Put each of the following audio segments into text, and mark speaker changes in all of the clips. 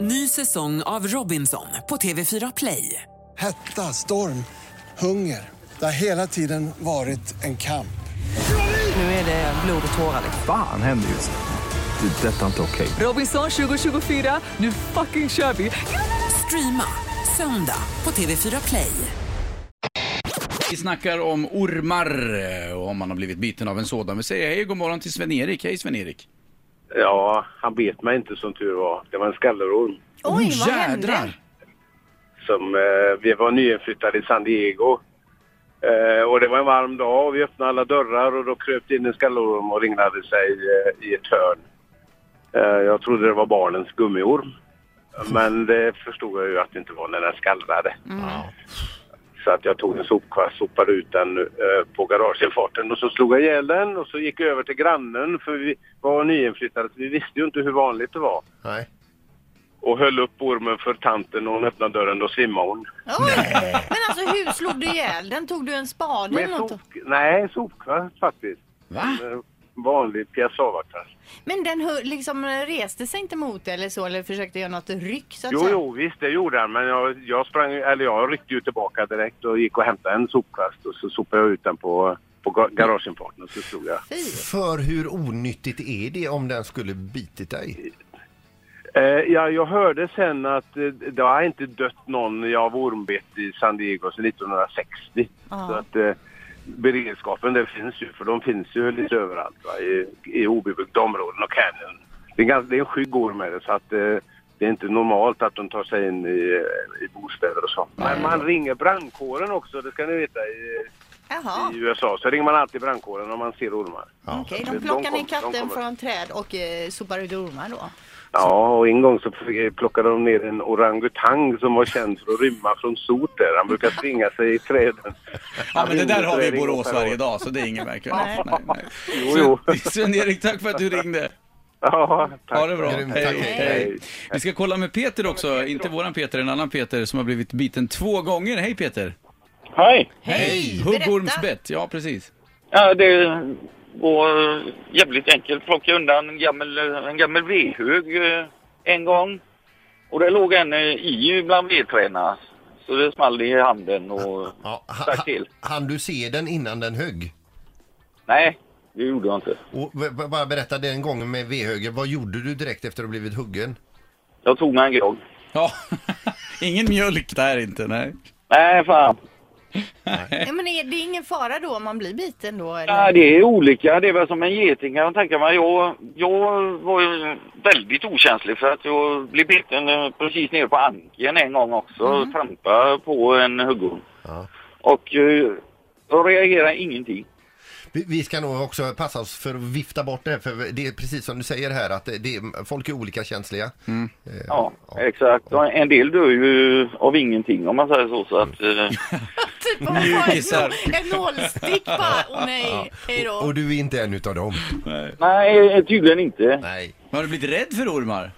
Speaker 1: Ny säsong av Robinson på TV4 Play.
Speaker 2: Hetta, storm, hunger. Det har hela tiden varit en kamp.
Speaker 1: Nu är det blod och tårar. liksom.
Speaker 3: Fan händer just nu. Det. är Detta är inte okej.
Speaker 1: Robinson 2024, nu fucking kör vi! Streama söndag på TV4 Play.
Speaker 4: Vi snackar om ormar eh, och om man har blivit biten av en sådan. Vi säger hej och god morgon till Sven-Erik. Hej Sven-Erik.
Speaker 5: Ja, han bet mig inte som tur var. Det var en skallerorm.
Speaker 6: Oj,
Speaker 4: Oh,
Speaker 6: vad hände?
Speaker 5: Som, eh, vi var nyinflyttade i San Diego. Eh, och det var en varm dag och vi öppnade alla dörrar och då kröp det in en skallerorm och ringlade sig eh, i ett hörn. Eh, jag trodde det var barnens gummiorm. Men det förstod jag ju att det inte var när den skallrade. Så att jag tog en sopkvast, sopade ut den eh, på garageinfarten och så slog jag ihjäl den och så gick jag över till grannen för vi var nyinflyttade så vi visste ju inte hur vanligt det var.
Speaker 7: Nej.
Speaker 5: och höll upp ormen för tanten och hon öppnade dörren, då svimmade hon.
Speaker 6: Oj. Men alltså hur slog du ihjäl den? Tog du en spade
Speaker 5: Med
Speaker 6: eller något?
Speaker 5: sop... Nej, sopkvast faktiskt.
Speaker 4: Va?
Speaker 5: Eh, Vanlig piassavakvast.
Speaker 6: Men den hö- liksom eh, reste sig inte mot dig eller så eller försökte göra något ryck så att
Speaker 5: Jo,
Speaker 6: säga?
Speaker 5: jo, visst det gjorde han, men jag, jag sprang, ju- eller jag ryckte ju tillbaka direkt och gick och hämtade en sopkvast och så sopade jag ut den på, på ga- garageinfarten och så slog jag.
Speaker 6: Fy.
Speaker 7: För hur onyttigt är det om den skulle bitit dig?
Speaker 5: Eh, ja, jag hörde sen att eh, det har inte dött någon av ormbett i San Diego sedan 1960.
Speaker 6: Ja.
Speaker 5: Så att eh, beredskapen den finns ju, för de finns ju lite överallt va, i, i obebyggda områden och canyon. Det är, ganska, det är en skygg orm är det, så att eh, det är inte normalt att de tar sig in i, eh, i bostäder och så. Men man ringer brandkåren också, det ska ni veta, i,
Speaker 6: Jaha,
Speaker 5: i USA. Så ringer man alltid brandkåren om man ser ormar.
Speaker 6: okej.
Speaker 5: De
Speaker 6: De plockar
Speaker 5: kom-
Speaker 6: ner
Speaker 5: de
Speaker 6: katten
Speaker 5: kommer.
Speaker 6: från träd och eh, sopar ut ormar då.
Speaker 5: Ja, och en gång så plockade de ner en orangutang som var känd för att rymma från sot där. Han brukar svinga sig i träden.
Speaker 4: Ja, men det där har vi i Borås varje
Speaker 5: varje dag.
Speaker 4: dag, så det är ingen märkvärdigt. Nej, nej.
Speaker 5: Jo, jo.
Speaker 4: Sven- Sven-Erik, tack för att du ringde.
Speaker 5: Ja, tack.
Speaker 4: Ha det bra.
Speaker 7: Grymt,
Speaker 4: Hej,
Speaker 7: tack.
Speaker 4: hej. Vi ska kolla med Peter också, inte våran Peter, en annan Peter som har blivit biten två gånger. Hej Peter!
Speaker 8: Hej!
Speaker 6: Hej! Berätta!
Speaker 4: Huggormsbett, ja precis.
Speaker 8: Ja, det var eh, jävligt enkelt. Plockade undan en gammal, eh, en gammal vedhög eh, en gång. Och det låg en eh, i bland vedträna. Så det small i handen och
Speaker 7: Ja,
Speaker 8: stack till.
Speaker 7: han du se den innan den högg?
Speaker 8: Nej, det gjorde jag inte.
Speaker 7: Och v- v- bara berätta den gången med vedhögen, vad gjorde du direkt efter att ha blivit huggen?
Speaker 8: Jag tog mig en grogg.
Speaker 4: Ja, ingen mjölk där inte, nej.
Speaker 8: Nej, fan.
Speaker 6: Nej, men är det är ingen fara då om man blir biten då?
Speaker 8: Ja,
Speaker 6: Eller?
Speaker 8: det är olika. Det är väl som en geting kan jag tänka mig. Jag, jag var ju väldigt okänslig för att jag blev biten eh, precis ner på ankeln en gång också. Trampade på en huggorm.
Speaker 7: Ja.
Speaker 8: Och eh, jag reagerade ingenting.
Speaker 7: Vi- Vi ska nog också passa oss för att vifta bort det här, för det är precis som du säger här att det- det är, folk är olika känsliga. Eh,
Speaker 8: Ja, exakt. Och en del dör ju av ingenting om man säger så. så att, eh,
Speaker 6: Typ om man
Speaker 4: Mjukisar.
Speaker 6: får en nålstick bara. Åh nej, hej då.
Speaker 7: Och du är inte en utav dem?
Speaker 8: nej, eh, tydligen inte.
Speaker 7: Nej.
Speaker 4: Men Har du blivit rädd för ormar?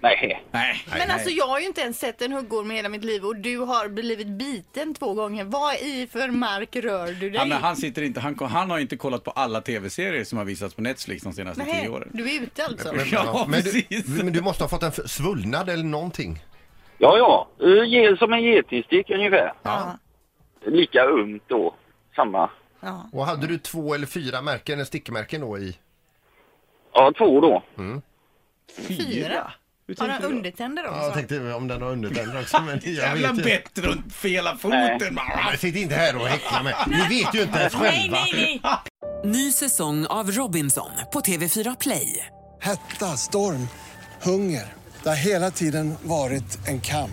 Speaker 8: Nej.
Speaker 4: Nej.
Speaker 6: Men alltså jag har ju inte ens sett en huggorm i hela mitt liv och du har blivit biten två gånger. Vad i för mark rör du dig?
Speaker 4: Ja, men han, sitter inte, han, han har inte kollat på alla tv-serier som har visats på Netflix de senaste
Speaker 6: Nej,
Speaker 4: tio åren.
Speaker 6: du är ute alltså?
Speaker 4: Ja,
Speaker 7: men,
Speaker 4: precis.
Speaker 7: du, men du måste ha fått en f- svullnad eller någonting?
Speaker 8: Ja, ja. Eh, ge- Som en getingstick ungefär.
Speaker 6: Ja.
Speaker 8: Lika ungt då. Samma.
Speaker 6: ja.
Speaker 7: Och hade du två eller fyra märken, stickmärken då i?
Speaker 8: Ja, två då.
Speaker 6: Fyra? Har han undertänder också?
Speaker 7: tänkte om den har undertänder också men
Speaker 4: Jävla bett runt hela foten.
Speaker 7: Nej, Sitt inte här och häckla mig. Ni vet ju inte ens
Speaker 6: Nej,
Speaker 7: själva.
Speaker 6: nej, nej!
Speaker 1: Ny säsong av Robinson på TV4 Play.
Speaker 2: Hetta, storm, hunger. Det har hela tiden varit en kamp.